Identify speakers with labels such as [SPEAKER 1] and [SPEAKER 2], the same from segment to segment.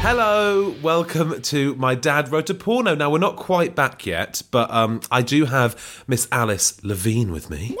[SPEAKER 1] Hello, welcome to My Dad Wrote a Porno. Now, we're not quite back yet, but um, I do have Miss Alice Levine with me.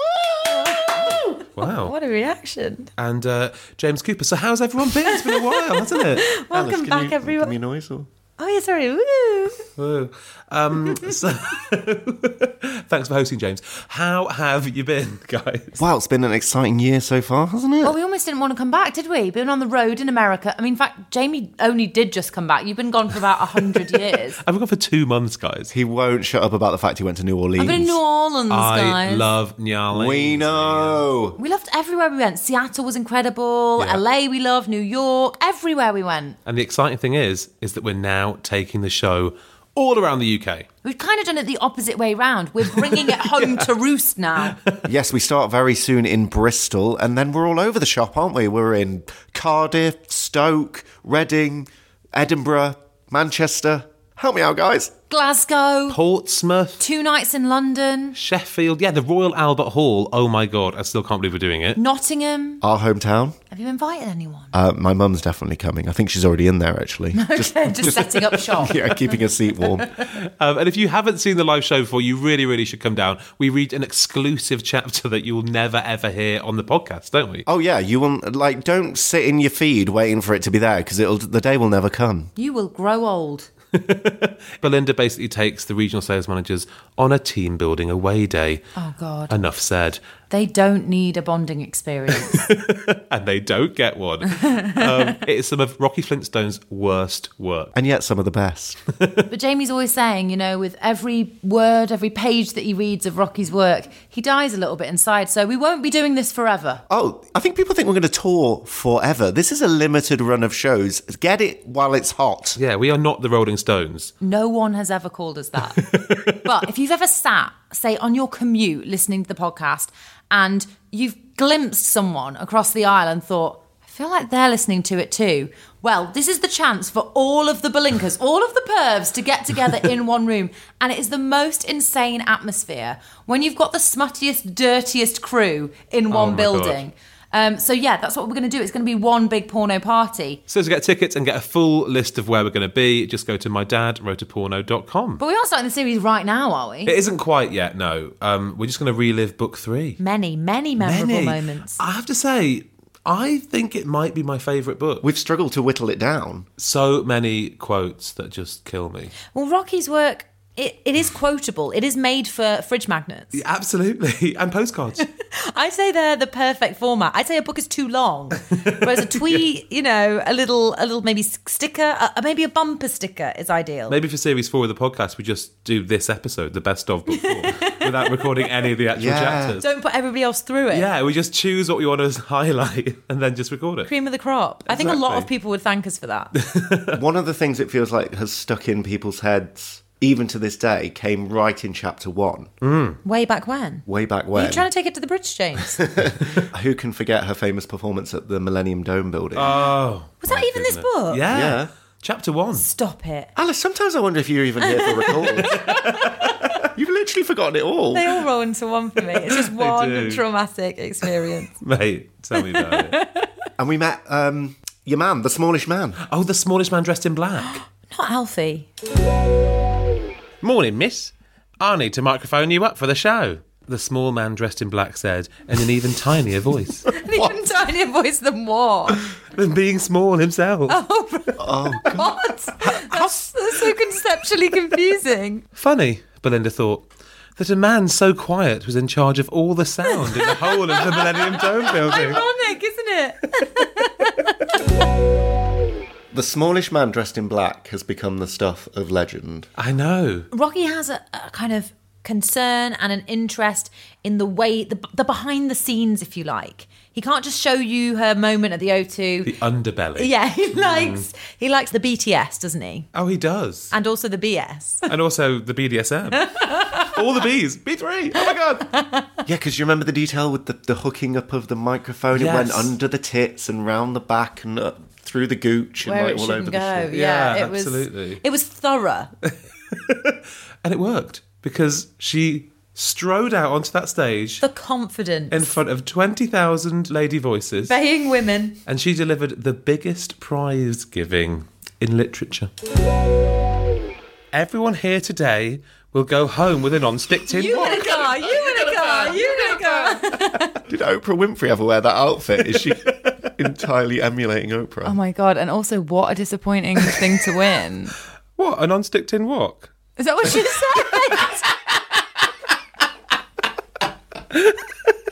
[SPEAKER 1] Wow.
[SPEAKER 2] What a reaction.
[SPEAKER 1] And uh, James Cooper. So, how's everyone been? It's been a while, hasn't it?
[SPEAKER 2] Welcome
[SPEAKER 3] Alice, can
[SPEAKER 2] back,
[SPEAKER 3] you,
[SPEAKER 2] everyone.
[SPEAKER 3] Give me noise or
[SPEAKER 2] Oh, yeah, sorry. Woo.
[SPEAKER 1] Whoa. Um, so, thanks for hosting, James. How have you been, guys?
[SPEAKER 3] wow, it's been an exciting year so far, hasn't it?
[SPEAKER 2] Well, we almost didn't want to come back, did we? Been on the road in America. I mean, in fact, Jamie only did just come back. You've been gone for about 100 years.
[SPEAKER 1] I've been gone for two months, guys.
[SPEAKER 3] he won't shut up about the fact he went to New Orleans.
[SPEAKER 2] I've been in New Orleans,
[SPEAKER 1] I
[SPEAKER 2] guys.
[SPEAKER 1] love Nyarlathotep.
[SPEAKER 3] we know.
[SPEAKER 2] we loved everywhere we went. Seattle was incredible.
[SPEAKER 1] Yeah.
[SPEAKER 2] LA, we loved. New York, everywhere we went.
[SPEAKER 1] And the exciting thing is, is that we're now taking the show all around the UK.
[SPEAKER 2] We've kind of done it the opposite way round. We're bringing it home to roost now.
[SPEAKER 3] yes, we start very soon in Bristol, and then we're all over the shop, aren't we? We're in Cardiff, Stoke, Reading, Edinburgh, Manchester. Help me out, guys.
[SPEAKER 2] Glasgow,
[SPEAKER 1] Portsmouth,
[SPEAKER 2] two nights in London,
[SPEAKER 1] Sheffield, yeah, the Royal Albert Hall. Oh my god, I still can't believe we're doing it.
[SPEAKER 2] Nottingham.
[SPEAKER 3] Our hometown.
[SPEAKER 2] Have you invited anyone?
[SPEAKER 3] Uh, my mum's definitely coming. I think she's already in there, actually. Just,
[SPEAKER 2] just setting up shop.
[SPEAKER 3] yeah, keeping her seat warm.
[SPEAKER 1] Um, and if you haven't seen the live show before, you really, really should come down. We read an exclusive chapter that you'll never ever hear on the podcast, don't we?
[SPEAKER 3] Oh yeah, you will like don't sit in your feed waiting for it to be there because it'll the day will never come.
[SPEAKER 2] You will grow old.
[SPEAKER 1] Belinda basically takes the regional sales managers on a team building away day.
[SPEAKER 2] Oh, God.
[SPEAKER 1] Enough said.
[SPEAKER 2] They don't need a bonding experience.
[SPEAKER 1] And they don't get one. um, it is some of Rocky Flintstone's worst work.
[SPEAKER 3] And yet some of the best.
[SPEAKER 2] but Jamie's always saying, you know, with every word, every page that he reads of Rocky's work, he dies a little bit inside. So we won't be doing this forever.
[SPEAKER 3] Oh, I think people think we're going to tour forever. This is a limited run of shows. Get it while it's hot.
[SPEAKER 1] Yeah, we are not the Rolling Stones.
[SPEAKER 2] No one has ever called us that. but if you've ever sat, say, on your commute listening to the podcast and you've glimpsed someone across the aisle and thought, I feel like they're listening to it too. Well, this is the chance for all of the blinkers, all of the pervs to get together in one room. And it is the most insane atmosphere when you've got the smuttiest, dirtiest crew in one
[SPEAKER 1] my
[SPEAKER 2] building. Um, so, yeah, that's what we're going to do. It's going to be one big porno party.
[SPEAKER 1] So to get tickets and get a full list of where we're going to be, just go to mydadwroteaporno.com.
[SPEAKER 2] But we aren't starting the series right now, are we?
[SPEAKER 1] It isn't quite yet, no. Um, we're just going to relive book three.
[SPEAKER 2] Many, many memorable
[SPEAKER 1] Many.
[SPEAKER 2] moments.
[SPEAKER 1] I have to say, I think it might be my favourite book. With
[SPEAKER 3] We've struggled to whittle it down.
[SPEAKER 1] so many quotes that just kill me.
[SPEAKER 2] Well, Rocky's work, it, it is quotable. It is made for fridge magnets.
[SPEAKER 1] Absolutely. And postcards.
[SPEAKER 2] I say they're the perfect format. I say a book is too long, whereas a tweet, you know, a little, a little maybe s- sticker, uh, maybe a bumper sticker is ideal.
[SPEAKER 1] Maybe for series four of the podcast, we just do this episode, the best of book four, without recording any of the actual
[SPEAKER 3] Yeah.
[SPEAKER 1] chapters.
[SPEAKER 2] Don't put everybody else through it.
[SPEAKER 1] Yeah, we just choose what we want to highlight and then just record it.
[SPEAKER 2] Cream of the crop. I think a lot
[SPEAKER 1] Exactly.
[SPEAKER 2] of people would thank us for that.
[SPEAKER 3] One of the things it feels like has stuck in people's heads, even to this day, came right in chapter one,
[SPEAKER 2] Way back when.
[SPEAKER 3] way back
[SPEAKER 2] Mm. Are
[SPEAKER 3] when.
[SPEAKER 2] you trying to take it to the bridge, James?
[SPEAKER 3] Who can forget her famous performance at the Millennium Dome building?
[SPEAKER 2] Uh.
[SPEAKER 1] Oh.
[SPEAKER 2] Was that even this book?
[SPEAKER 1] Yeah.
[SPEAKER 3] Yeah.
[SPEAKER 1] Chapter one.
[SPEAKER 2] Stop it.
[SPEAKER 3] Alice, sometimes I wonder if you're even here for recalls. You've literally forgotten it all.
[SPEAKER 2] They all roll into one for me. It's just one
[SPEAKER 1] do.
[SPEAKER 2] traumatic experience.
[SPEAKER 1] Mate, tell me about it.
[SPEAKER 3] And we met um, your man, the smallish man.
[SPEAKER 1] Oh, the smallest man dressed in black.
[SPEAKER 2] Not Alfie.
[SPEAKER 1] Morning, miss. I need to microphone you up for the show. The small man dressed in black said in an even tinier voice
[SPEAKER 2] An even tinier voice than what?
[SPEAKER 1] than being small himself.
[SPEAKER 2] Oh. What? That's, that's so conceptually confusing.
[SPEAKER 1] Funny, Belinda thought, that a man so quiet was in charge of all the sound in the whole of the Millennium Dome building.
[SPEAKER 2] Ironic, isn't it?
[SPEAKER 3] The smallish man dressed in black has become the stuff of legend.
[SPEAKER 1] I know.
[SPEAKER 2] Rocky has a, a kind of concern and an interest in the way the, the behind the scenes, if you like. He can't just show you her moment at the O2.
[SPEAKER 1] The underbelly.
[SPEAKER 2] yeah, he likes he likes the BTS, doesn't he?
[SPEAKER 1] Oh, he does.
[SPEAKER 2] And also the BS.
[SPEAKER 1] and also the BDSM. All the Bs. B3. Oh my God.
[SPEAKER 3] Yeah, because you remember the detail with the, the hooking up of the microphone? It went
[SPEAKER 1] Yes.
[SPEAKER 3] under the tits and round the back and up through the gooch and
[SPEAKER 2] Where
[SPEAKER 3] like
[SPEAKER 2] it
[SPEAKER 3] all over
[SPEAKER 2] shouldn't go.
[SPEAKER 3] the shit.
[SPEAKER 2] Yeah,
[SPEAKER 1] Yeah,
[SPEAKER 2] it was
[SPEAKER 1] absolutely.
[SPEAKER 2] it was thorough.
[SPEAKER 1] And it worked because she strode out onto that stage
[SPEAKER 2] The confidence.
[SPEAKER 1] in front of 20,000 lady voices
[SPEAKER 2] Obeying women.
[SPEAKER 1] and she delivered the biggest prize giving in literature. Everyone here today will go home with a non stick tin
[SPEAKER 2] You
[SPEAKER 1] wok.
[SPEAKER 2] in a car, you in a car, you in a car.
[SPEAKER 3] Did Oprah Winfrey ever wear that outfit? Is she entirely emulating Oprah?
[SPEAKER 4] Oh my god! And also, what a disappointing thing to win.
[SPEAKER 1] What? A non stick tin wok?
[SPEAKER 4] Is that what she said? What's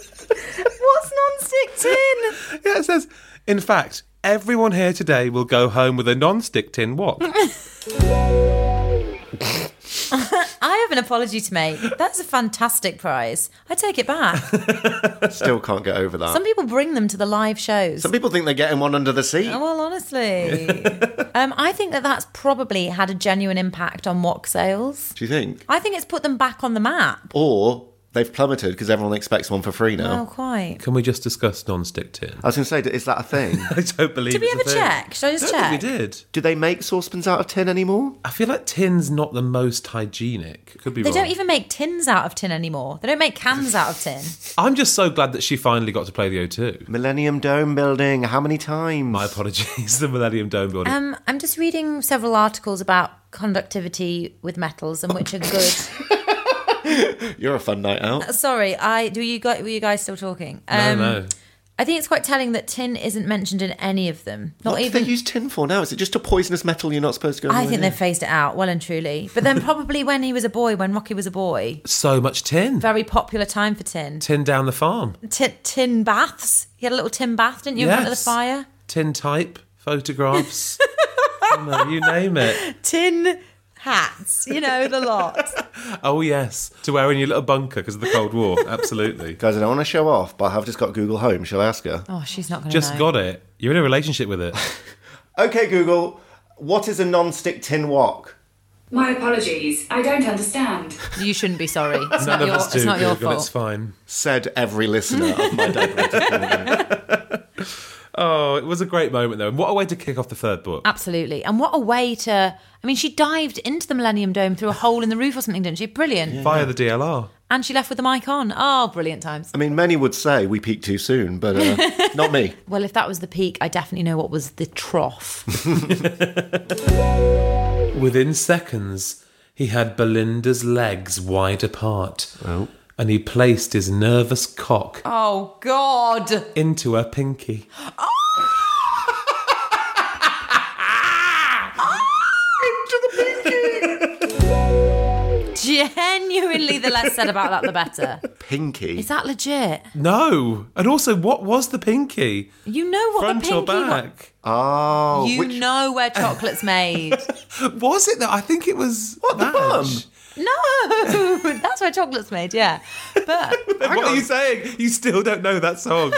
[SPEAKER 4] non-stick tin?
[SPEAKER 1] Yeah, it says, in fact, everyone here today will go home with a non stick tin wok.
[SPEAKER 2] I have an apology to make. That's a fantastic prize. I take it back.
[SPEAKER 1] Uh.
[SPEAKER 3] Still can't get over that.
[SPEAKER 2] Some
[SPEAKER 3] Some,
[SPEAKER 2] people bring them to the live shows.
[SPEAKER 3] people think they're getting one under the seat.
[SPEAKER 2] Oh, Well, honestly, um, I think that that's probably had a genuine impact on wok sales.
[SPEAKER 3] Do you think?
[SPEAKER 2] I think it's put them back on the map.
[SPEAKER 3] Or they've plummeted because everyone expects one for free now.
[SPEAKER 2] Oh, quite.
[SPEAKER 1] Can we just discuss non stick tin?
[SPEAKER 3] I was going to say, is that a thing?
[SPEAKER 1] I don't believe
[SPEAKER 2] Did we
[SPEAKER 1] it's a
[SPEAKER 2] ever
[SPEAKER 1] thing.
[SPEAKER 2] check? Should I just
[SPEAKER 1] don't think
[SPEAKER 2] check?
[SPEAKER 1] we did.
[SPEAKER 3] Do they make saucepans out of tin anymore?
[SPEAKER 1] I feel like tin's not the most hygienic. Could be
[SPEAKER 2] They
[SPEAKER 1] wrong.
[SPEAKER 2] don't even make tins out of tin anymore. They don't make cans out of tin.
[SPEAKER 1] I'm just so glad that she finally got to play the O2.
[SPEAKER 3] Millennium Dome building, how many times?
[SPEAKER 1] My apologies, the Millennium Dome building.
[SPEAKER 2] Um, I'm just reading several articles about conductivity with metals and which are good.
[SPEAKER 3] You're a fun night out.
[SPEAKER 2] Sorry, I do you guys were you guys still talking? Um,
[SPEAKER 1] no, no.
[SPEAKER 2] I think it's quite telling that tin isn't mentioned in any of them. Not
[SPEAKER 3] What do
[SPEAKER 2] even
[SPEAKER 3] they use tin for now? Is it just a poisonous metal you're not supposed to go
[SPEAKER 2] I
[SPEAKER 3] near?
[SPEAKER 2] think they phased it out well and truly. But then probably when he was a boy, when Rocky was a boy,
[SPEAKER 1] So much tin.
[SPEAKER 2] very popular time for tin.
[SPEAKER 1] Tin down the farm.
[SPEAKER 2] Tin, tin baths. You had a little tin bath, didn't you, in front of the
[SPEAKER 1] Yes.
[SPEAKER 2] fire?
[SPEAKER 1] Tin type, photographs. you, know, you name it.
[SPEAKER 2] Tin hats, you know, the lot.
[SPEAKER 1] Oh, yes. To wear in your little bunker because of the Cold War. Absolutely.
[SPEAKER 3] Guys, I don't want to show off, but I have just got Google Home. Shall I ask her?
[SPEAKER 2] Oh, she's not going to
[SPEAKER 1] Just got it. You're in a relationship with it.
[SPEAKER 3] Okay, Google, what is a non stick tin wok?
[SPEAKER 5] My apologies, I don't understand.
[SPEAKER 2] You shouldn't be sorry. It's
[SPEAKER 1] None
[SPEAKER 2] not
[SPEAKER 1] of
[SPEAKER 2] your,
[SPEAKER 1] us do.
[SPEAKER 2] it's not your
[SPEAKER 1] Google, It's
[SPEAKER 2] fault.
[SPEAKER 1] fine.
[SPEAKER 3] Said every listener of my day.
[SPEAKER 1] Oh, it was a great moment, though. And what a way to kick off the third book.
[SPEAKER 2] Absolutely. And what a way to. I mean, she dived into the Millennium Dome through a hole in the roof or something, didn't she? Brilliant.
[SPEAKER 1] Via the DLR.
[SPEAKER 2] And she left with the mic on. Oh, brilliant times.
[SPEAKER 3] I mean, many would say we peaked too soon, but uh, not me.
[SPEAKER 2] Well, if that was the peak, I definitely know what was the trough.
[SPEAKER 1] Within seconds, he had Belinda's legs wide apart. And he placed his nervous cock
[SPEAKER 2] oh, God.
[SPEAKER 1] into her pinky.
[SPEAKER 2] Ah! Genuinely, the less said about that, the better.
[SPEAKER 3] Pinky.
[SPEAKER 2] Is that legit?
[SPEAKER 1] No. And also, what was the pinky?
[SPEAKER 2] You know what
[SPEAKER 1] Front
[SPEAKER 2] the pinky
[SPEAKER 1] or back?
[SPEAKER 3] oh,
[SPEAKER 2] You
[SPEAKER 3] which-
[SPEAKER 2] know where chocolate's made.
[SPEAKER 1] Was it though? I think it was. What
[SPEAKER 3] the bum?
[SPEAKER 2] no, that's where chocolate's made. Yeah, but
[SPEAKER 1] What are you saying? You still don't know that song?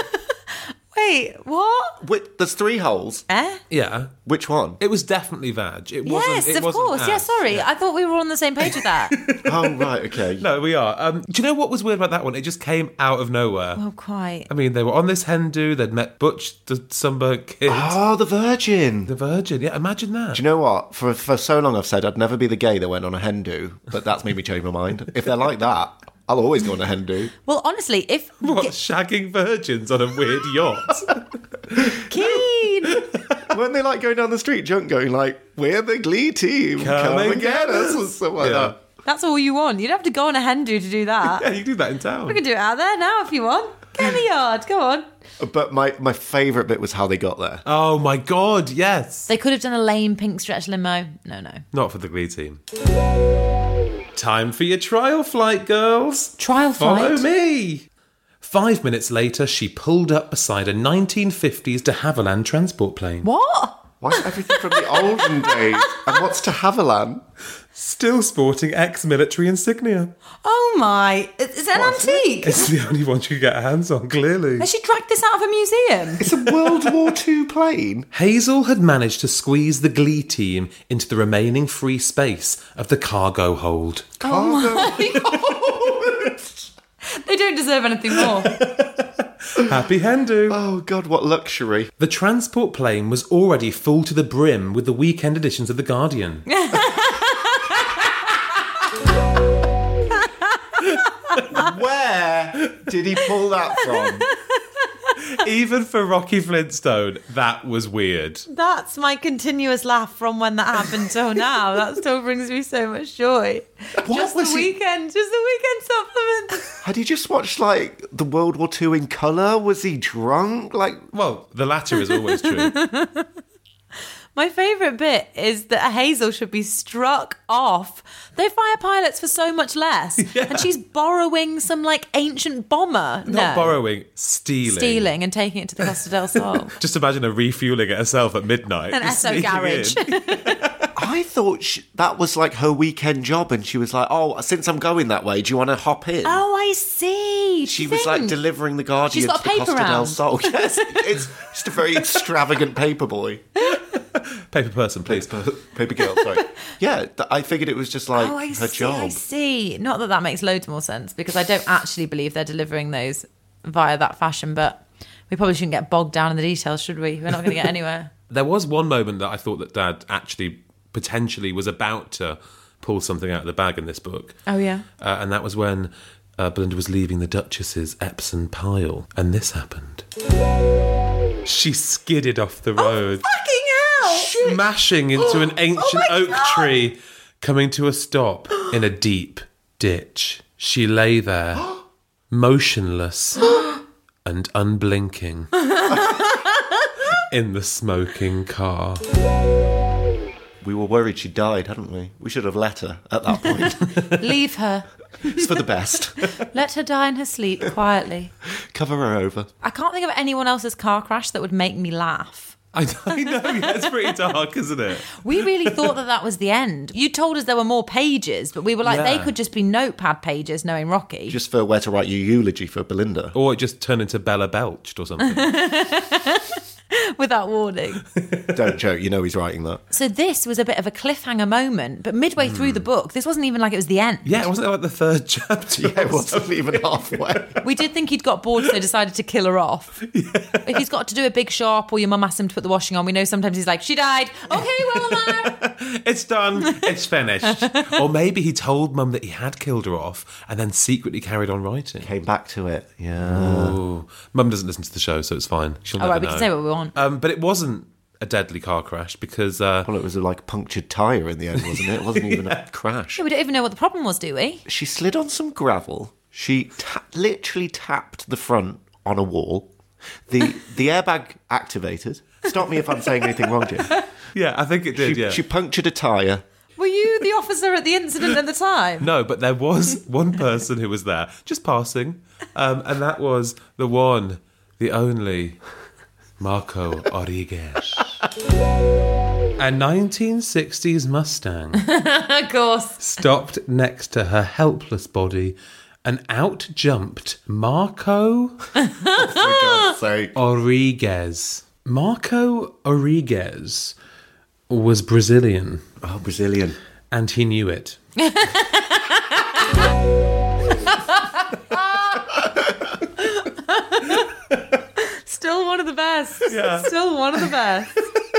[SPEAKER 2] wait, what?
[SPEAKER 3] which- there's three holes.
[SPEAKER 2] Eh?
[SPEAKER 1] yeah.
[SPEAKER 3] Which one?
[SPEAKER 1] It was definitely vag. It wasn't.
[SPEAKER 2] Yes,
[SPEAKER 1] it
[SPEAKER 2] of
[SPEAKER 1] wasn't
[SPEAKER 2] course. Yeah,
[SPEAKER 1] ass.
[SPEAKER 2] sorry. I thought we were all on the same page with that.
[SPEAKER 3] Oh, right, okay.
[SPEAKER 1] No, we are. Um, do you know what was weird about that one? It just came out of nowhere.
[SPEAKER 2] oh, quite.
[SPEAKER 1] I mean, they were on this hen do. They'd met Butch, the sunburnt kid,
[SPEAKER 3] Oh, the virgin.
[SPEAKER 1] the virgin. Yeah, imagine that.
[SPEAKER 3] Do you know what? For for so long, I've said I'd never be the gay that went on a hen do, but that's made me change my mind. If they're like that, I'll always go on a hen do.
[SPEAKER 2] Well, honestly, if
[SPEAKER 1] what shagging virgins on a weird yacht?
[SPEAKER 2] keen,
[SPEAKER 3] Weren't they like going down the street, junk, going like, "We're the Glee team, come,
[SPEAKER 1] and
[SPEAKER 3] and
[SPEAKER 1] get
[SPEAKER 3] get
[SPEAKER 1] us.
[SPEAKER 3] us," or something like
[SPEAKER 1] Yeah.
[SPEAKER 3] that?
[SPEAKER 2] that's all you want. You'd have to go on a hen do to do that.
[SPEAKER 1] yeah, you do that in town.
[SPEAKER 2] We can do it out there now if you want. Get in the yard. Go on.
[SPEAKER 3] But my my favourite bit was how they got there.
[SPEAKER 1] Oh my god, yes.
[SPEAKER 2] They could have done a lame pink stretch limo. No, no.
[SPEAKER 1] Not for the Glee team. Time for your trial flight, girls.
[SPEAKER 2] Trial
[SPEAKER 1] Follow
[SPEAKER 2] flight.
[SPEAKER 1] me. Five minutes later, she pulled up beside a 1950s de Havilland transport plane.
[SPEAKER 2] What?
[SPEAKER 3] Why is everything from the olden days? And what's to Haviland?
[SPEAKER 1] Still sporting ex military insignia.
[SPEAKER 6] Oh my! Is it an antique?
[SPEAKER 1] It's the only one you can get hands on, clearly.
[SPEAKER 6] Has she dragged this out of a museum?
[SPEAKER 3] It's a World War II plane.
[SPEAKER 1] Hazel had managed to squeeze the Glee team into the remaining free space of the cargo hold.
[SPEAKER 3] Oh,
[SPEAKER 6] they don't deserve anything more.
[SPEAKER 1] Happy Hendu!
[SPEAKER 3] Oh God, what luxury!
[SPEAKER 1] The transport plane was already full to the brim with the weekend editions of The Guardian.
[SPEAKER 3] Where did he pull that from?
[SPEAKER 1] Even for Rocky Flintstone, that was weird.
[SPEAKER 2] That's my continuous laugh from when that happened till now. That still brings me so much joy.
[SPEAKER 3] What
[SPEAKER 2] just
[SPEAKER 3] was
[SPEAKER 2] the
[SPEAKER 3] he-
[SPEAKER 2] weekend, just the weekend supplement.
[SPEAKER 3] Had he just watched like the World War II in colour? Was he drunk? Like
[SPEAKER 1] Well, the latter is always true.
[SPEAKER 2] My favourite bit is that Hazel should be struck off. They fire pilots for so much less, and she's borrowing some like ancient bomber.
[SPEAKER 1] Not
[SPEAKER 2] no,
[SPEAKER 1] borrowing, stealing.
[SPEAKER 2] stealing and taking it to the Costa del Sol.
[SPEAKER 1] Just imagine her refueling it herself at midnight.
[SPEAKER 2] An SO
[SPEAKER 1] Sneaking
[SPEAKER 2] garage.
[SPEAKER 1] in.
[SPEAKER 3] I thought sh that was like her weekend job, and she was like, "Oh, since I'm going that way, do you want to hop in?"
[SPEAKER 2] oh, I see.
[SPEAKER 3] She was like
[SPEAKER 2] Think.
[SPEAKER 3] delivering the Guardian
[SPEAKER 6] She's
[SPEAKER 3] to
[SPEAKER 6] got
[SPEAKER 3] the
[SPEAKER 6] a paper
[SPEAKER 3] Costa del
[SPEAKER 6] round.
[SPEAKER 3] Sol. Yes, it's just a very extravagant paper boy,
[SPEAKER 1] Paper person, please.
[SPEAKER 3] paper girl. Sorry. Yeah, th- I figured it was just like
[SPEAKER 2] Oh, I
[SPEAKER 3] her
[SPEAKER 2] see.
[SPEAKER 3] job.
[SPEAKER 2] I see. Not that that makes loads more sense because I don't actually believe they're delivering those via that fashion, but we probably shouldn't get bogged down in the details, should we? We're not going to get anywhere.
[SPEAKER 1] There was one moment that I thought that Dad actually potentially was about to pull something out of the bag in this book.
[SPEAKER 2] Oh, yeah.
[SPEAKER 1] Uh, and that was when uh, Belinda was leaving the Duchess's Epsom pile, and this happened. She skidded off
[SPEAKER 2] Oh,
[SPEAKER 1] the road,
[SPEAKER 2] Fucking hell!
[SPEAKER 1] smashing into an ancient oak tree, coming to a stop in a deep ditch. She lay there, motionless and unblinking, in the smoking car.
[SPEAKER 3] We were worried she died, hadn't we? We should have let her at that point.
[SPEAKER 2] Leave her.
[SPEAKER 3] it's for the best.
[SPEAKER 2] Let her die in her sleep quietly.
[SPEAKER 3] Cover her over.
[SPEAKER 2] I can't think of anyone else's car crash that would make me laugh.
[SPEAKER 1] I, I know, yeah, it's pretty dark, isn't it?
[SPEAKER 2] We really thought that that was the end. You told us there were more pages, but we were like,
[SPEAKER 1] Yeah.
[SPEAKER 2] they could just be notepad pages, knowing Rocky.
[SPEAKER 3] Just for where to write your eulogy for Belinda.
[SPEAKER 1] Or it just turned into Bella Belched or something.
[SPEAKER 2] Without warning.
[SPEAKER 3] Don't joke. You know he's writing that.
[SPEAKER 2] So this was a bit of a cliffhanger moment, but midway through the book, this wasn't even like it was the end.
[SPEAKER 1] Hmm. yeah, wasn't that like the third chapter?
[SPEAKER 3] Yeah, it wasn't even halfway.
[SPEAKER 2] We did think he'd got bored, so decided to kill her off. If he's got to do a big shop or your mum asks him to put the washing on, we know sometimes he's like, she died. Okay, well, now.
[SPEAKER 1] It's done. It's finished. or maybe he told Mum that he had killed her off and then secretly carried on writing.
[SPEAKER 3] Came back to it. Yeah.
[SPEAKER 1] Ooh. Mum doesn't listen to the show, so it's fine. She'll
[SPEAKER 2] All
[SPEAKER 1] never
[SPEAKER 2] right, we
[SPEAKER 1] know.
[SPEAKER 2] can say what we want.
[SPEAKER 1] um, but it wasn't a deadly car crash because uh,
[SPEAKER 3] Well, it was a, like punctured tyre in the end, wasn't it? It wasn't even a crash.
[SPEAKER 2] Yeah, we don't even know what the problem was, do we?
[SPEAKER 3] She slid on some gravel. She ta- literally tapped the front on a wall. The the airbag activated. Stop me if I'm saying anything wrong, Jim.
[SPEAKER 1] yeah, I think it
[SPEAKER 3] She,
[SPEAKER 1] did. yeah.
[SPEAKER 3] she punctured a tyre.
[SPEAKER 2] Were you the officer at the incident at the time?
[SPEAKER 1] No, but there was one person who was there, just passing, um, and that was the one, the only Marco Rodriguez. A 1960s Mustang
[SPEAKER 2] Of course.
[SPEAKER 1] stopped next to her helpless body and out jumped Marco
[SPEAKER 3] For God's sake.
[SPEAKER 1] Origuez. Marco Origuez was Brazilian
[SPEAKER 3] Oh, Brazilian.
[SPEAKER 1] and he knew it.
[SPEAKER 2] Still one of the best. Still one of the best.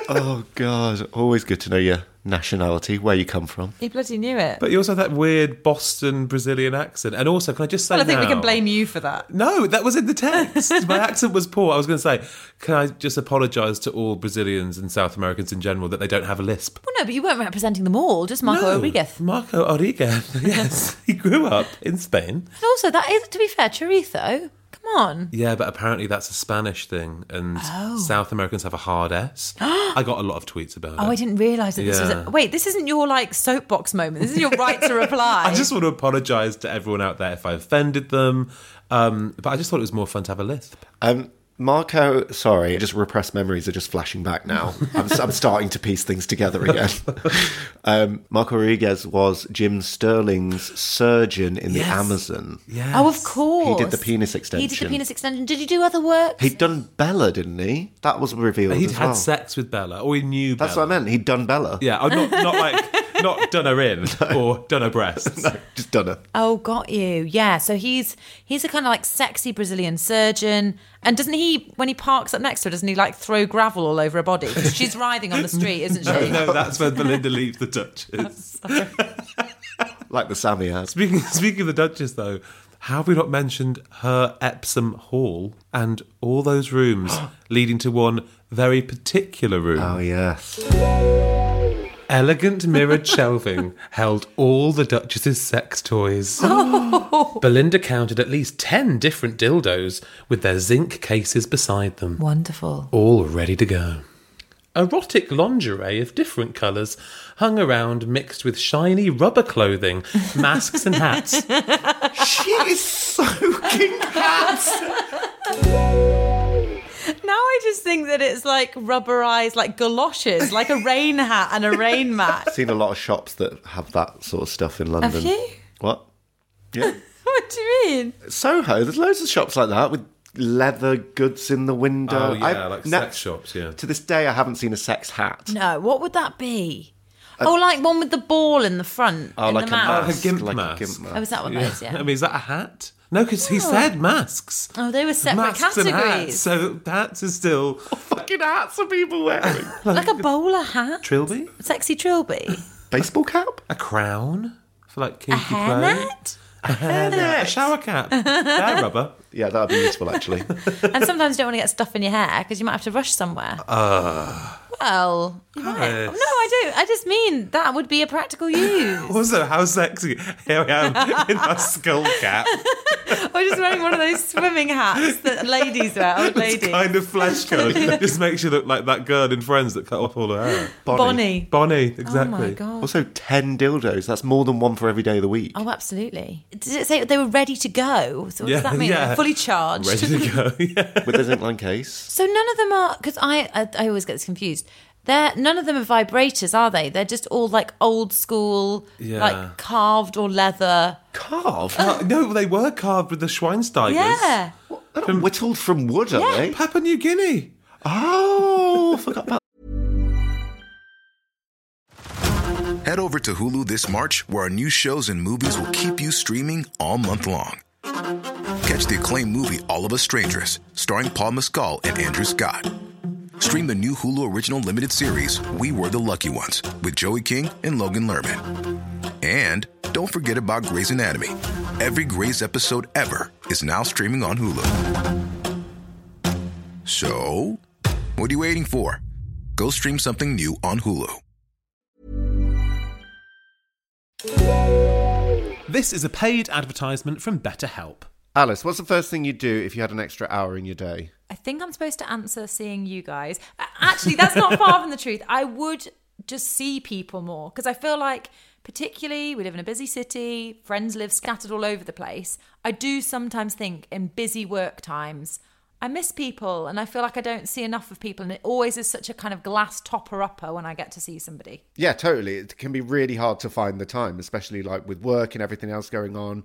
[SPEAKER 3] Oh God. Always good to know your nationality, where you come from.
[SPEAKER 2] He bloody knew it.
[SPEAKER 1] But you also had that weird Boston Brazilian accent. And also, can I just say
[SPEAKER 2] well, I think we can
[SPEAKER 1] now-
[SPEAKER 2] blame you for that.
[SPEAKER 1] No, that was in the text. My accent was poor. I was going to say, can I just apologise to all Brazilians and South Americans in general that they don't have a lisp?
[SPEAKER 2] Well, no, but you weren't representing them all, just Marco
[SPEAKER 1] No.
[SPEAKER 2] Rodriguez.
[SPEAKER 1] Marco Rodriguez. Yes, he grew up in Spain.
[SPEAKER 2] And also, that is, to be fair, chorizo. Come on.
[SPEAKER 1] Yeah, but apparently that's a Spanish thing, and
[SPEAKER 2] Oh.
[SPEAKER 1] South Americans have a hard S. I got a lot of tweets about it.
[SPEAKER 2] Oh, I didn't realise that this was.
[SPEAKER 1] Yeah.
[SPEAKER 2] A, wait, this isn't your like soapbox moment. This is your right to reply.
[SPEAKER 1] I just want to apologise to everyone out there if I offended them. Um, but I just thought it was more fun to have a lisp.
[SPEAKER 3] Um, Marco, sorry, just repressed memories are just flashing back now. I'm, I'm starting to piece things together again. Um, Marco Rodriguez was Jim Sterling's surgeon in
[SPEAKER 1] Yes.
[SPEAKER 3] the Amazon.
[SPEAKER 1] Yes.
[SPEAKER 2] Oh, of course.
[SPEAKER 3] He did the penis
[SPEAKER 2] He did the
[SPEAKER 3] extension.
[SPEAKER 2] penis extension. Did you do other work?
[SPEAKER 3] He'd done Bella, didn't he? That was revealed
[SPEAKER 1] He'd
[SPEAKER 3] as
[SPEAKER 1] had
[SPEAKER 3] well.
[SPEAKER 1] sex with Bella, or he knew
[SPEAKER 3] That's
[SPEAKER 1] Bella.
[SPEAKER 3] what I meant. He'd done Bella.
[SPEAKER 1] Yeah, I'm not, not like, not done her in or done her breasts.
[SPEAKER 3] Just done her.
[SPEAKER 2] Oh, got you. Yeah. So he's he's a kind of like sexy Brazilian surgeon, and doesn't he when he parks up next to her? Doesn't he like throw gravel all over her body? 'Cause she's writhing on the street, isn't she?
[SPEAKER 1] No, that's when Belinda leaves the Duchess.
[SPEAKER 3] Like the Sammy has.
[SPEAKER 1] Speaking, speaking of the Duchess, though, how have we not mentioned her Epsom Hall and all those rooms leading to one very particular room?
[SPEAKER 3] Oh, yes.
[SPEAKER 1] Elegant mirrored shelving held all the Duchess's sex toys.
[SPEAKER 2] Oh.
[SPEAKER 1] Belinda counted at least 10 different dildos with their zinc cases beside them,
[SPEAKER 2] Wonderful.
[SPEAKER 1] all ready to go. Erotic lingerie of different colours hung around mixed with shiny rubber clothing, masks, and hats.
[SPEAKER 3] she is soaking cats.
[SPEAKER 4] Now I just think that it's like rubberized, like galoshes, like a rain hat and a rain mat.
[SPEAKER 3] Seen a lot of shops that have that sort of stuff in London.
[SPEAKER 4] Have you?
[SPEAKER 3] What? Yeah.
[SPEAKER 4] What do you mean?
[SPEAKER 3] Soho, there's loads of shops like that with leather goods in the window.
[SPEAKER 1] Oh, yeah,
[SPEAKER 3] I've
[SPEAKER 1] like
[SPEAKER 3] ne-
[SPEAKER 1] sex shops, yeah.
[SPEAKER 3] To this day, I haven't seen a sex hat.
[SPEAKER 2] No, what would that be? oh, like one with the ball in the front.
[SPEAKER 3] Oh,
[SPEAKER 2] in
[SPEAKER 3] like
[SPEAKER 2] the
[SPEAKER 3] a
[SPEAKER 2] mouth.
[SPEAKER 3] mask.
[SPEAKER 1] Like a gimp
[SPEAKER 3] like
[SPEAKER 1] mask.
[SPEAKER 3] a gimp mask.
[SPEAKER 2] Oh, is that what that is?
[SPEAKER 1] I
[SPEAKER 2] Yeah.
[SPEAKER 1] mean, is that a hat? No, because he said masks.
[SPEAKER 2] Oh, they were separate
[SPEAKER 1] masks And hats.
[SPEAKER 2] categories. Oh.
[SPEAKER 1] So hats is still
[SPEAKER 3] Fucking hats are people wearing.
[SPEAKER 2] Like a bowler hat,
[SPEAKER 1] trilby,
[SPEAKER 2] sexy trilby,
[SPEAKER 3] Baseball cap?
[SPEAKER 1] a crown for like kinky play,
[SPEAKER 2] hairnet,
[SPEAKER 1] a shower cap, hair rubber.
[SPEAKER 3] Yeah, that'd be useful actually.
[SPEAKER 2] and sometimes you don't want to get stuff in your hair because you might have to rush somewhere.
[SPEAKER 1] Uh,
[SPEAKER 2] well, you might.
[SPEAKER 1] Paris.
[SPEAKER 2] no, I don't. I just mean that would be a practical use.
[SPEAKER 1] Also, how sexy! Here I am in my skull cap,
[SPEAKER 4] I was just wearing one of those swimming hats that ladies wear, old
[SPEAKER 1] It's
[SPEAKER 4] ladies.
[SPEAKER 1] kind of flesh coloured. Just makes you look like that girl in Friends that cut off all her hair.
[SPEAKER 4] Bonnie.
[SPEAKER 1] Bonnie,
[SPEAKER 2] Oh
[SPEAKER 1] exactly.
[SPEAKER 2] my god.
[SPEAKER 3] Also, 10 dildos. That's more than one for every day of the week.
[SPEAKER 2] Oh, absolutely. Did it say they were ready to go? So what
[SPEAKER 1] Yeah,
[SPEAKER 2] does that mean?
[SPEAKER 1] yeah.
[SPEAKER 2] They're Fully charged.
[SPEAKER 1] Ready to go? Yeah.
[SPEAKER 3] With the zinc line case.
[SPEAKER 2] So none of them are because I, I I always get this confused. They're none of them are vibrators, are they? They're just all like old school,
[SPEAKER 1] Yeah.
[SPEAKER 2] like carved or leather.
[SPEAKER 3] Carved?
[SPEAKER 1] Uh, no, they were carved with the Schweinsteigers.
[SPEAKER 2] Yeah.
[SPEAKER 3] They're not whittled from wood, are they?
[SPEAKER 1] Papua New Guinea.
[SPEAKER 3] Oh, forgot about
[SPEAKER 7] Head over to Hulu this March, where our new shows and movies will keep you streaming all month long. Catch the acclaimed movie All of Us Strangers, starring Paul Mescal and Andrew Scott. Stream the new Hulu original limited series We Were the Lucky Ones with Joey King and Logan Lerman. And don't forget about Grey's Anatomy. Every Grey's episode ever is now streaming on Hulu. So, what are you waiting for? Go stream something new on Hulu.
[SPEAKER 1] This is a paid advertisement from BetterHelp.
[SPEAKER 3] Alice, what's the first thing you'd do if you had an extra hour in your day?
[SPEAKER 2] I think I'm supposed to answer seeing you guys. Uh, Actually, that's not far from the truth. I would just see people more because I feel like, particularly, we live in a busy city, friends live scattered all over the place. I do sometimes think in busy work times, I miss people and I feel like I don't see enough of people. And it always is such a kind of glass topper upper when I get to see somebody.
[SPEAKER 3] Yeah, totally. It can be really hard to find the time, especially like with work and everything else going on.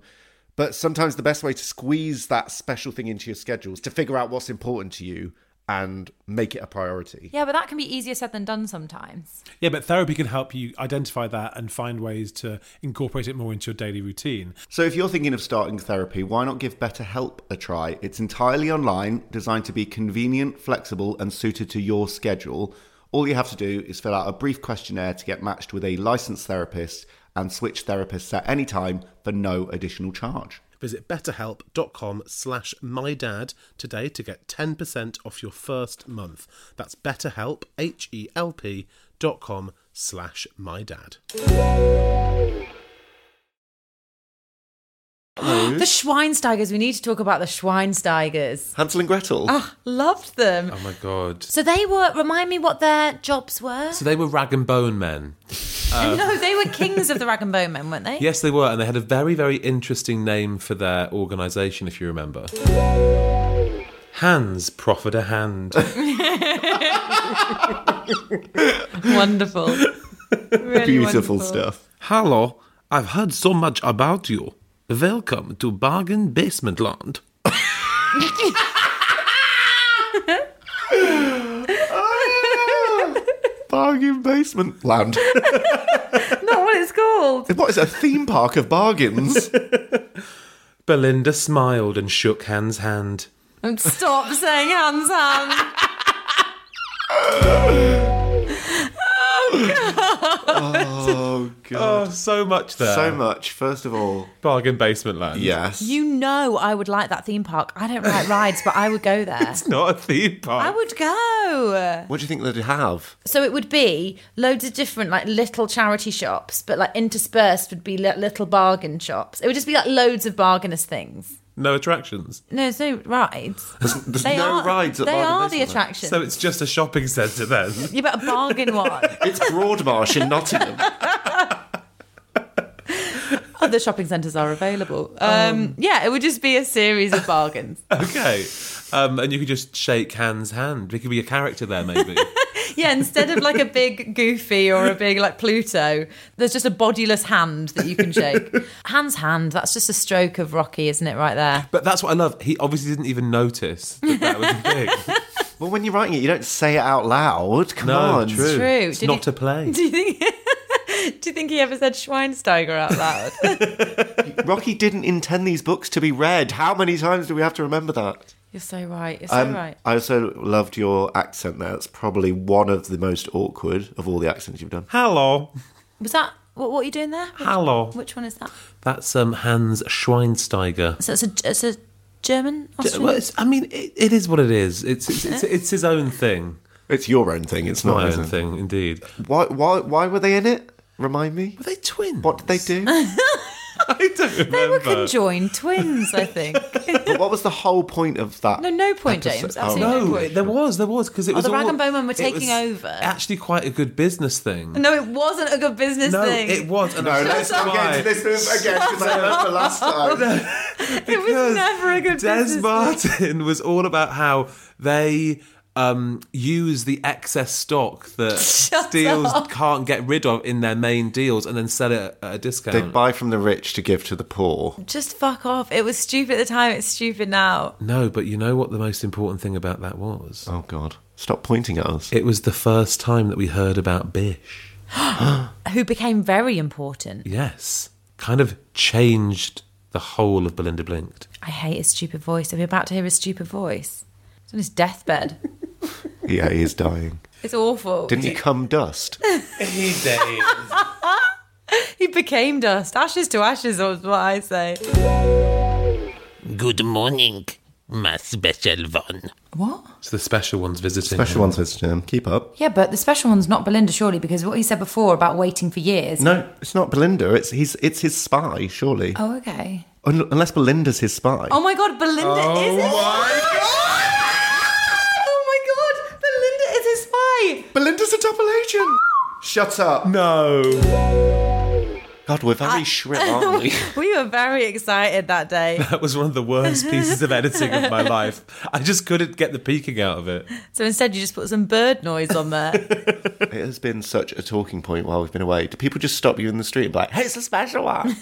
[SPEAKER 3] But sometimes the best way to squeeze that special thing into your schedule is to figure out what's important to you and make it a priority.
[SPEAKER 2] Yeah, but that can be easier said than done sometimes.
[SPEAKER 8] Yeah, but therapy can help you identify that and find ways to incorporate it more into your daily routine.
[SPEAKER 3] So if you're thinking of starting therapy, why not give BetterHelp a try? It's entirely online, designed to be convenient, flexible, and suited to your schedule. All you have to do is fill out a brief questionnaire to get matched with a licensed therapist and switch therapists at any time for no additional charge.
[SPEAKER 1] Visit betterhelp.com slash mydad today to get 10% off your first month. That's betterhelp, H-E-L-P dot com slash mydad.
[SPEAKER 2] the Schweinsteigers, we need to talk about the Schweinsteigers. Ah,
[SPEAKER 3] Hansel and Gretel.
[SPEAKER 4] Loved them.
[SPEAKER 1] Oh my God.
[SPEAKER 2] So they were, remind me what their jobs were.
[SPEAKER 1] So they were rag and bone men.
[SPEAKER 2] no, they were kings of the rag and bone men, weren't they?
[SPEAKER 1] Yes, they were, and they had a very, very interesting name for their organisation, if you remember.
[SPEAKER 9] Hans proffered a hand.
[SPEAKER 10] Wonderful. Really
[SPEAKER 3] Beautiful
[SPEAKER 10] wonderful.
[SPEAKER 3] stuff.
[SPEAKER 9] Hello, I've heard so much about you. Welcome to Bargain Basement Land.
[SPEAKER 3] Bargain basement land.
[SPEAKER 2] Not what it's called.
[SPEAKER 3] what is a theme park of bargains?
[SPEAKER 9] Belinda smiled and shook Hans' hand.
[SPEAKER 2] And Stop saying hands on.
[SPEAKER 3] oh god.
[SPEAKER 9] Oh, so much there.
[SPEAKER 3] So much. First of all,
[SPEAKER 9] Bargain Basement Land.
[SPEAKER 3] yes.
[SPEAKER 2] You know I would like that theme park. I don't like rides, but I would go there.
[SPEAKER 9] It's not a theme park.
[SPEAKER 2] I would go.
[SPEAKER 3] what do you think they'd have?
[SPEAKER 10] So it would be loads of different like little charity shops, but like interspersed would be li- little bargain shops. It would just be like loads of bargainous things.
[SPEAKER 9] no attractions.
[SPEAKER 2] No, there's no rides.
[SPEAKER 3] There's, there's
[SPEAKER 2] They
[SPEAKER 3] no
[SPEAKER 2] are,
[SPEAKER 3] rides at
[SPEAKER 2] They
[SPEAKER 3] Bargain
[SPEAKER 2] are the
[SPEAKER 3] Basement Land.
[SPEAKER 2] attraction.
[SPEAKER 9] So it's just a shopping centre then.
[SPEAKER 2] you better bargain one.
[SPEAKER 3] It's Broadmarsh in Nottingham.
[SPEAKER 2] Other shopping centres are available. Um, yeah, it would just be a series of bargains.
[SPEAKER 9] okay. Um, and you could just shake Hans' hand. There could be a character there, maybe.
[SPEAKER 2] Yeah, instead of like a big goofy or a big like Pluto, there's just a bodiless hand that you can shake.
[SPEAKER 10] Hand's hand, that's just a stroke of Rocky, isn't it, right there?
[SPEAKER 9] but that's what I love. He obviously didn't even notice that, that was a thing.
[SPEAKER 3] well, when you're writing it, you don't say it out loud. Come
[SPEAKER 9] No,
[SPEAKER 3] on.
[SPEAKER 9] true.
[SPEAKER 2] True.
[SPEAKER 9] It's
[SPEAKER 2] Did
[SPEAKER 9] not
[SPEAKER 2] he-
[SPEAKER 9] a play.
[SPEAKER 2] Do you think? Do you think he ever said Schweinsteiger out loud?
[SPEAKER 3] Rocky didn't intend these books to be read. How many times do we have to remember that?
[SPEAKER 2] You're so right. You're so
[SPEAKER 3] Um,
[SPEAKER 2] right.
[SPEAKER 3] I also loved your accent there. It's probably one of the most awkward of all the accents you've done.
[SPEAKER 9] Hello.
[SPEAKER 2] Was that what? What are you doing there? Which-
[SPEAKER 9] Hello.
[SPEAKER 2] Which one is that?
[SPEAKER 9] That's um, Hans Schweinsteiger.
[SPEAKER 2] So it's a it's a German.
[SPEAKER 9] D-
[SPEAKER 2] Austrian?
[SPEAKER 9] Well, it's, I mean, it, it is what it is. It's it's, it's it's his own thing.
[SPEAKER 3] It's your own thing. It's not
[SPEAKER 9] My
[SPEAKER 3] his
[SPEAKER 9] own thing, indeed.
[SPEAKER 3] Why, why, why were they in it? Remind me.
[SPEAKER 9] Were they twins?
[SPEAKER 3] What did they do?
[SPEAKER 9] I don't remember.
[SPEAKER 2] they were conjoined twins, I think.
[SPEAKER 3] but what was the whole point of that?
[SPEAKER 2] No, no point,
[SPEAKER 3] Episode-
[SPEAKER 2] James.
[SPEAKER 3] oh,
[SPEAKER 2] Absolutely
[SPEAKER 3] right.
[SPEAKER 2] no
[SPEAKER 9] No,
[SPEAKER 2] point.
[SPEAKER 9] there was, there was, because it was
[SPEAKER 2] Oh, the
[SPEAKER 9] all-
[SPEAKER 2] Rag and Bowman were
[SPEAKER 9] it
[SPEAKER 2] taking
[SPEAKER 9] was
[SPEAKER 2] over.
[SPEAKER 9] Actually, quite a good business thing.
[SPEAKER 2] No, it wasn't a good business
[SPEAKER 9] No,
[SPEAKER 2] thing.
[SPEAKER 9] it was. And
[SPEAKER 3] No,
[SPEAKER 9] that's
[SPEAKER 3] let's not
[SPEAKER 9] why.
[SPEAKER 3] get into this again because I remember last time.
[SPEAKER 2] It
[SPEAKER 9] Because
[SPEAKER 2] was never a good
[SPEAKER 9] Des
[SPEAKER 2] business.
[SPEAKER 9] Martin was all about how they um, use the excess stock that deals can't get rid of in their main deals and then sell it at a
[SPEAKER 3] They
[SPEAKER 9] discount.
[SPEAKER 3] buy from the rich to give to the poor.
[SPEAKER 2] Just fuck off. It was stupid at the time. It's stupid now.
[SPEAKER 9] no, but you know what the most important thing about that was?
[SPEAKER 3] Oh God! Stop pointing at us.
[SPEAKER 9] It was the first time that we heard about Bish.
[SPEAKER 10] Who became very important.
[SPEAKER 9] Yes. Kind of changed the whole of Belinda Blinked.
[SPEAKER 10] I hate his stupid voice. Are we about to hear his stupid voice? It's on his deathbed.
[SPEAKER 3] Yeah, he is dying.
[SPEAKER 2] It's awful.
[SPEAKER 3] Didn't he come dust?
[SPEAKER 9] He did.
[SPEAKER 2] He became dust. Ashes to ashes is what I say.
[SPEAKER 11] Good morning, my special one.
[SPEAKER 9] So the special one's visiting.
[SPEAKER 3] Special ones, Mr. Jim. Keep up.
[SPEAKER 10] yeah, but the special one's not Belinda, surely, because what he said before about waiting for years.
[SPEAKER 3] No, it's not Belinda. It's he's it's his spy, surely.
[SPEAKER 10] Oh, okay.
[SPEAKER 3] Un- unless Belinda's his spy.
[SPEAKER 2] Oh my god, Belinda is his spy. Oh my god, Belinda is his spy.
[SPEAKER 3] Belinda's a double agent. Shut up.
[SPEAKER 9] No.
[SPEAKER 3] God, we're very shrill, aren't we?
[SPEAKER 2] We were very excited that day.
[SPEAKER 9] That was one of the worst pieces of editing of my life. I just couldn't get the peeking out of it.
[SPEAKER 2] So instead, you just put some bird noise on there.
[SPEAKER 3] it has been such a talking point while we've been away. Do people just stop you in the street and be like, "Hey, it's a special one"?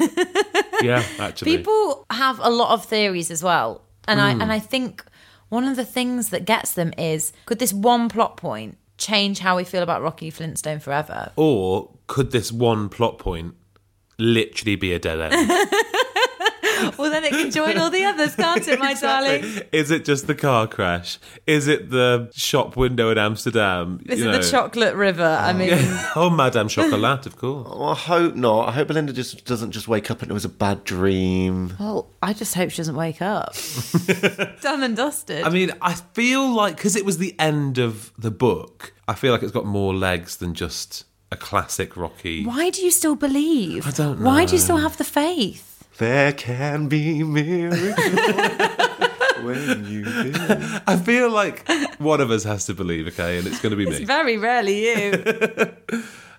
[SPEAKER 9] Yeah, actually.
[SPEAKER 10] People have a lot of theories as well, and I and I think one of the things that gets them is could this one plot point change how we feel about Rocky Flintstone forever?
[SPEAKER 9] Or could this one plot point literally be a dead end?
[SPEAKER 2] well, then it can join all the others, can't it, my darling?
[SPEAKER 9] Is it just the car crash? Is it the shop window in Amsterdam?
[SPEAKER 2] This
[SPEAKER 9] You
[SPEAKER 2] is the
[SPEAKER 9] know.
[SPEAKER 2] chocolate river. I mean,
[SPEAKER 9] Oh, Madame Chocolat, of course.
[SPEAKER 3] Well, I hope not. I hope Belinda just doesn't just wake up and it was a bad dream.
[SPEAKER 10] Well, I just hope she doesn't wake up.
[SPEAKER 2] done and dusted.
[SPEAKER 9] I mean, I feel like because it was the end of the book, I feel like it's got more legs than just a classic Rocky.
[SPEAKER 10] Why do you still believe?
[SPEAKER 9] I don't
[SPEAKER 10] Why do you
[SPEAKER 9] know.
[SPEAKER 10] still have the faith?
[SPEAKER 3] There can be miracles when you. Do.
[SPEAKER 9] I feel like one of us has to believe, okay, and it's going to be me.
[SPEAKER 2] very rarely you.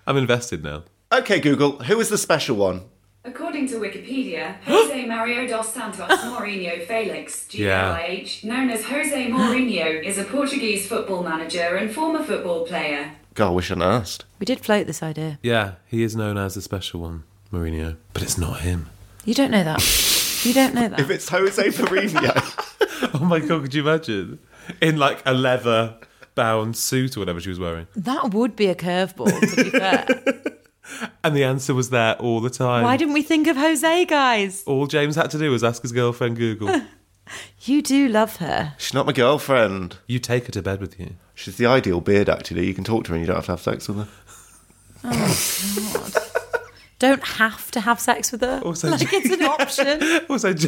[SPEAKER 9] I'm invested now.
[SPEAKER 3] Okay, Google. Who is the special one?
[SPEAKER 5] According According to Wikipedia, Jose Mario dos Santos Mourinho Felix, GLIH, known as Jose Mourinho, is a Portuguese football manager and former football player.
[SPEAKER 3] God, I wish I'd asked.
[SPEAKER 2] We did float this idea.
[SPEAKER 1] Yeah, he is known as the special one, Mourinho. But it's not him.
[SPEAKER 2] You don't know that. You don't know
[SPEAKER 3] If
[SPEAKER 2] that.
[SPEAKER 3] it's Jose Mourinho,
[SPEAKER 1] Oh my god, could you imagine? In like a leather bound suit or whatever she was wearing.
[SPEAKER 2] That would be a curveball, to be fair.
[SPEAKER 1] And the answer was there all the time.
[SPEAKER 2] Why didn't we think of Jose, guys?
[SPEAKER 9] Oh.
[SPEAKER 1] all James had to do was ask his girlfriend Google.
[SPEAKER 2] You do love her.
[SPEAKER 3] she's not my girlfriend.
[SPEAKER 1] you take her to bed with you.
[SPEAKER 3] She's the ideal beard, actually. You can talk to her and you don't have to have sex with her.
[SPEAKER 2] Don't have to have sex with her.
[SPEAKER 1] Also-
[SPEAKER 2] like, it's an option.
[SPEAKER 1] Also, J-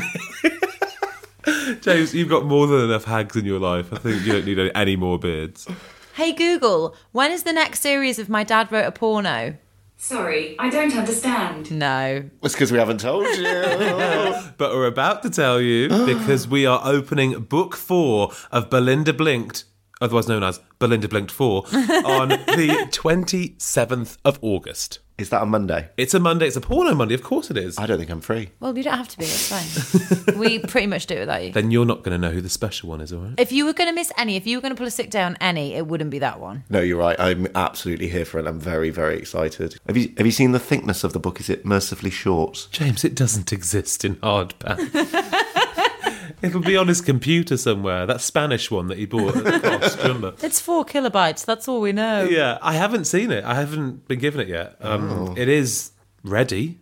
[SPEAKER 1] James, you've got more than enough hags in your life. I think you don't need any- any more beards.
[SPEAKER 2] hey, Google, when is the next series of My Dad Wrote a Porno?
[SPEAKER 5] Sorry, I don't understand.
[SPEAKER 2] No.
[SPEAKER 3] It's because we haven't told you.
[SPEAKER 1] But we're about to tell you because we are opening book four of Belinda Blinked, otherwise known as Belinda Blinked 4, on the 27th of August.
[SPEAKER 3] Is that on Monday?
[SPEAKER 1] It's a Monday. It's a porno Monday. Of course it is.
[SPEAKER 3] I don't think I'm free.
[SPEAKER 2] Well, you don't have to be. It's fine. we pretty much do it without you.
[SPEAKER 1] Then you're not going to know who the special one is, all right?
[SPEAKER 2] If you were going to miss any, if you were going to pull a stick down any, it wouldn't be that one.
[SPEAKER 3] No, you're right. I'm absolutely here for it. I'm very, very excited. Have you have you seen the thickness of the book? Is it mercifully short?
[SPEAKER 1] James, it doesn't exist in hardback. It'll be on his computer somewhere. That Spanish one that he bought at cost, remember?
[SPEAKER 2] It's four kilobytes. That's all we know.
[SPEAKER 1] Yeah, I haven't seen it. I haven't been given it yet. Um, It is ready,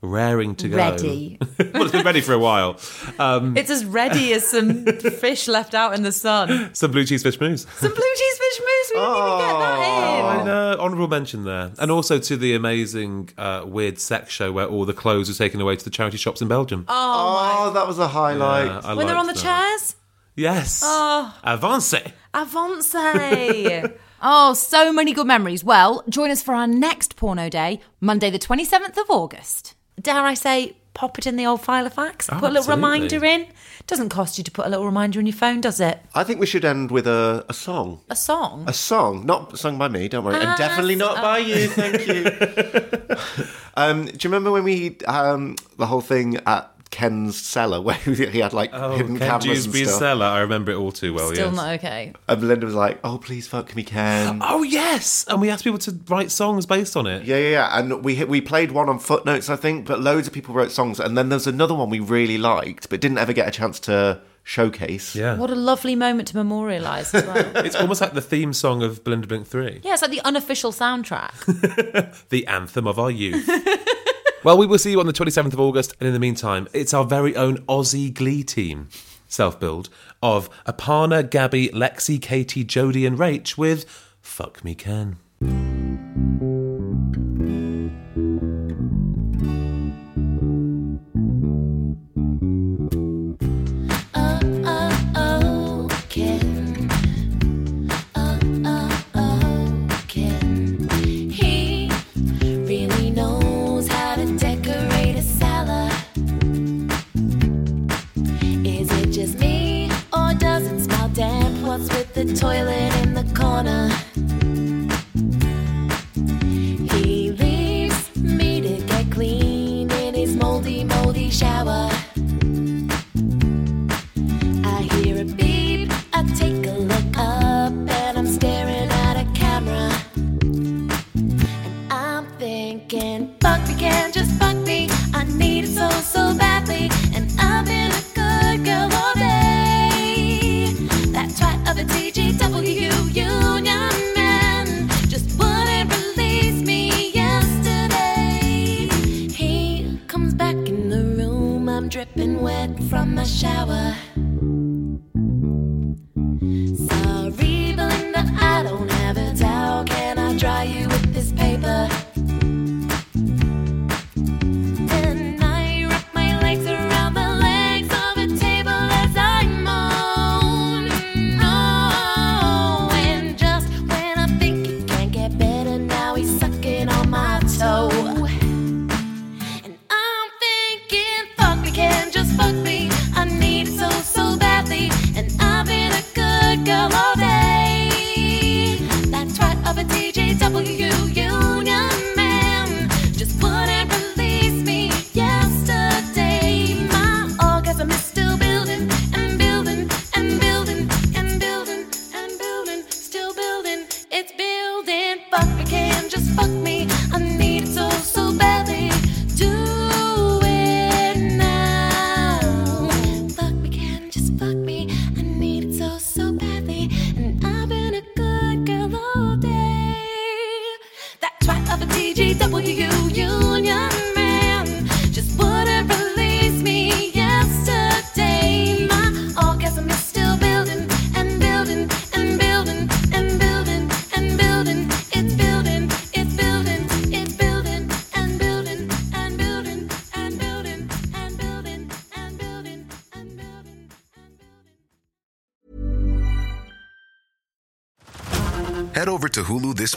[SPEAKER 1] raring to go.
[SPEAKER 2] Ready.
[SPEAKER 1] well, it's been ready for a while.
[SPEAKER 2] It's as ready as some fish left out in the sun.
[SPEAKER 1] Some blue cheese fish mousse.
[SPEAKER 2] Some blue cheese fish mousse. We didn't even get
[SPEAKER 3] Oh,
[SPEAKER 2] that in.
[SPEAKER 1] And, uh, honourable mention there. And also to the amazing uh, weird sex show where all the clothes were taken away to the charity shops in Belgium. Oh,
[SPEAKER 3] Oh, that was a highlight.
[SPEAKER 2] When they're on the Oh. chairs,
[SPEAKER 1] Yes. Avance.
[SPEAKER 2] avance.
[SPEAKER 12] Oh, so many good memories. Well, join us for our next porno day, Monday, the 27th of August.
[SPEAKER 2] Dare I say, pop it in the old file of facts.
[SPEAKER 1] Oh,
[SPEAKER 2] put a little
[SPEAKER 1] absolutely.
[SPEAKER 2] reminder in. Doesn't cost you to put a little reminder on your phone, does it?
[SPEAKER 3] I think we should end with a, a song.
[SPEAKER 2] A song.
[SPEAKER 3] A song, not sung by me, don't worry. and definitely not by you, thank you. um, do you remember when we, um, the whole thing at Ken's cellar where he had like hidden
[SPEAKER 1] Oh, Ken
[SPEAKER 3] cameras and
[SPEAKER 1] Dewsbury's
[SPEAKER 3] stuff?
[SPEAKER 1] cellar. I remember it all too well.
[SPEAKER 2] Still
[SPEAKER 1] Oh, yes.
[SPEAKER 2] not okay.
[SPEAKER 3] And Belinda was like, oh, please fuck me, Ken.
[SPEAKER 1] Oh yes, and we asked people to write songs based on it.
[SPEAKER 3] Yeah, yeah, yeah. And we hit, we played one on footnotes, I think, but loads of people wrote songs. And then there was another one we really liked, but didn't ever get a chance to showcase.
[SPEAKER 1] Yeah.
[SPEAKER 2] What a lovely moment to memorialise as well.
[SPEAKER 1] It's almost like the theme song of Belinda Blink Three,
[SPEAKER 2] yeah, it's like the unofficial soundtrack.
[SPEAKER 1] the anthem of our youth. well, we will see you on the 27th of August, and in the meantime, it's our very own Aussie Glee team self-build of Aparna, Gabby, Lexi, Katie, Jodie, and Rach with "Fuck Me Ken."
[SPEAKER 9] Toilet in the corner. He leaves me to get clean in his moldy, moldy shower. I hear a beep, I take a look up, and I'm staring at a camera. And I'm thinking, fuck me, can just fuck me. I need it so, so badly. And I've been a good girl all day. That twat of a TGW union man just wouldn't release me yesterday. He comes back in the room, I'm dripping wet from my shower. Sorry, Belinda, I don't have a towel. Can I dry you with this paper? Then I wrap my legs around the legs of a table as I moan. Oh, and just when I think it can't get better, now he's sucking on my toe. And I'm thinking, fuck me, can just fuck me. I need it so, so
[SPEAKER 7] Head over to Hulu this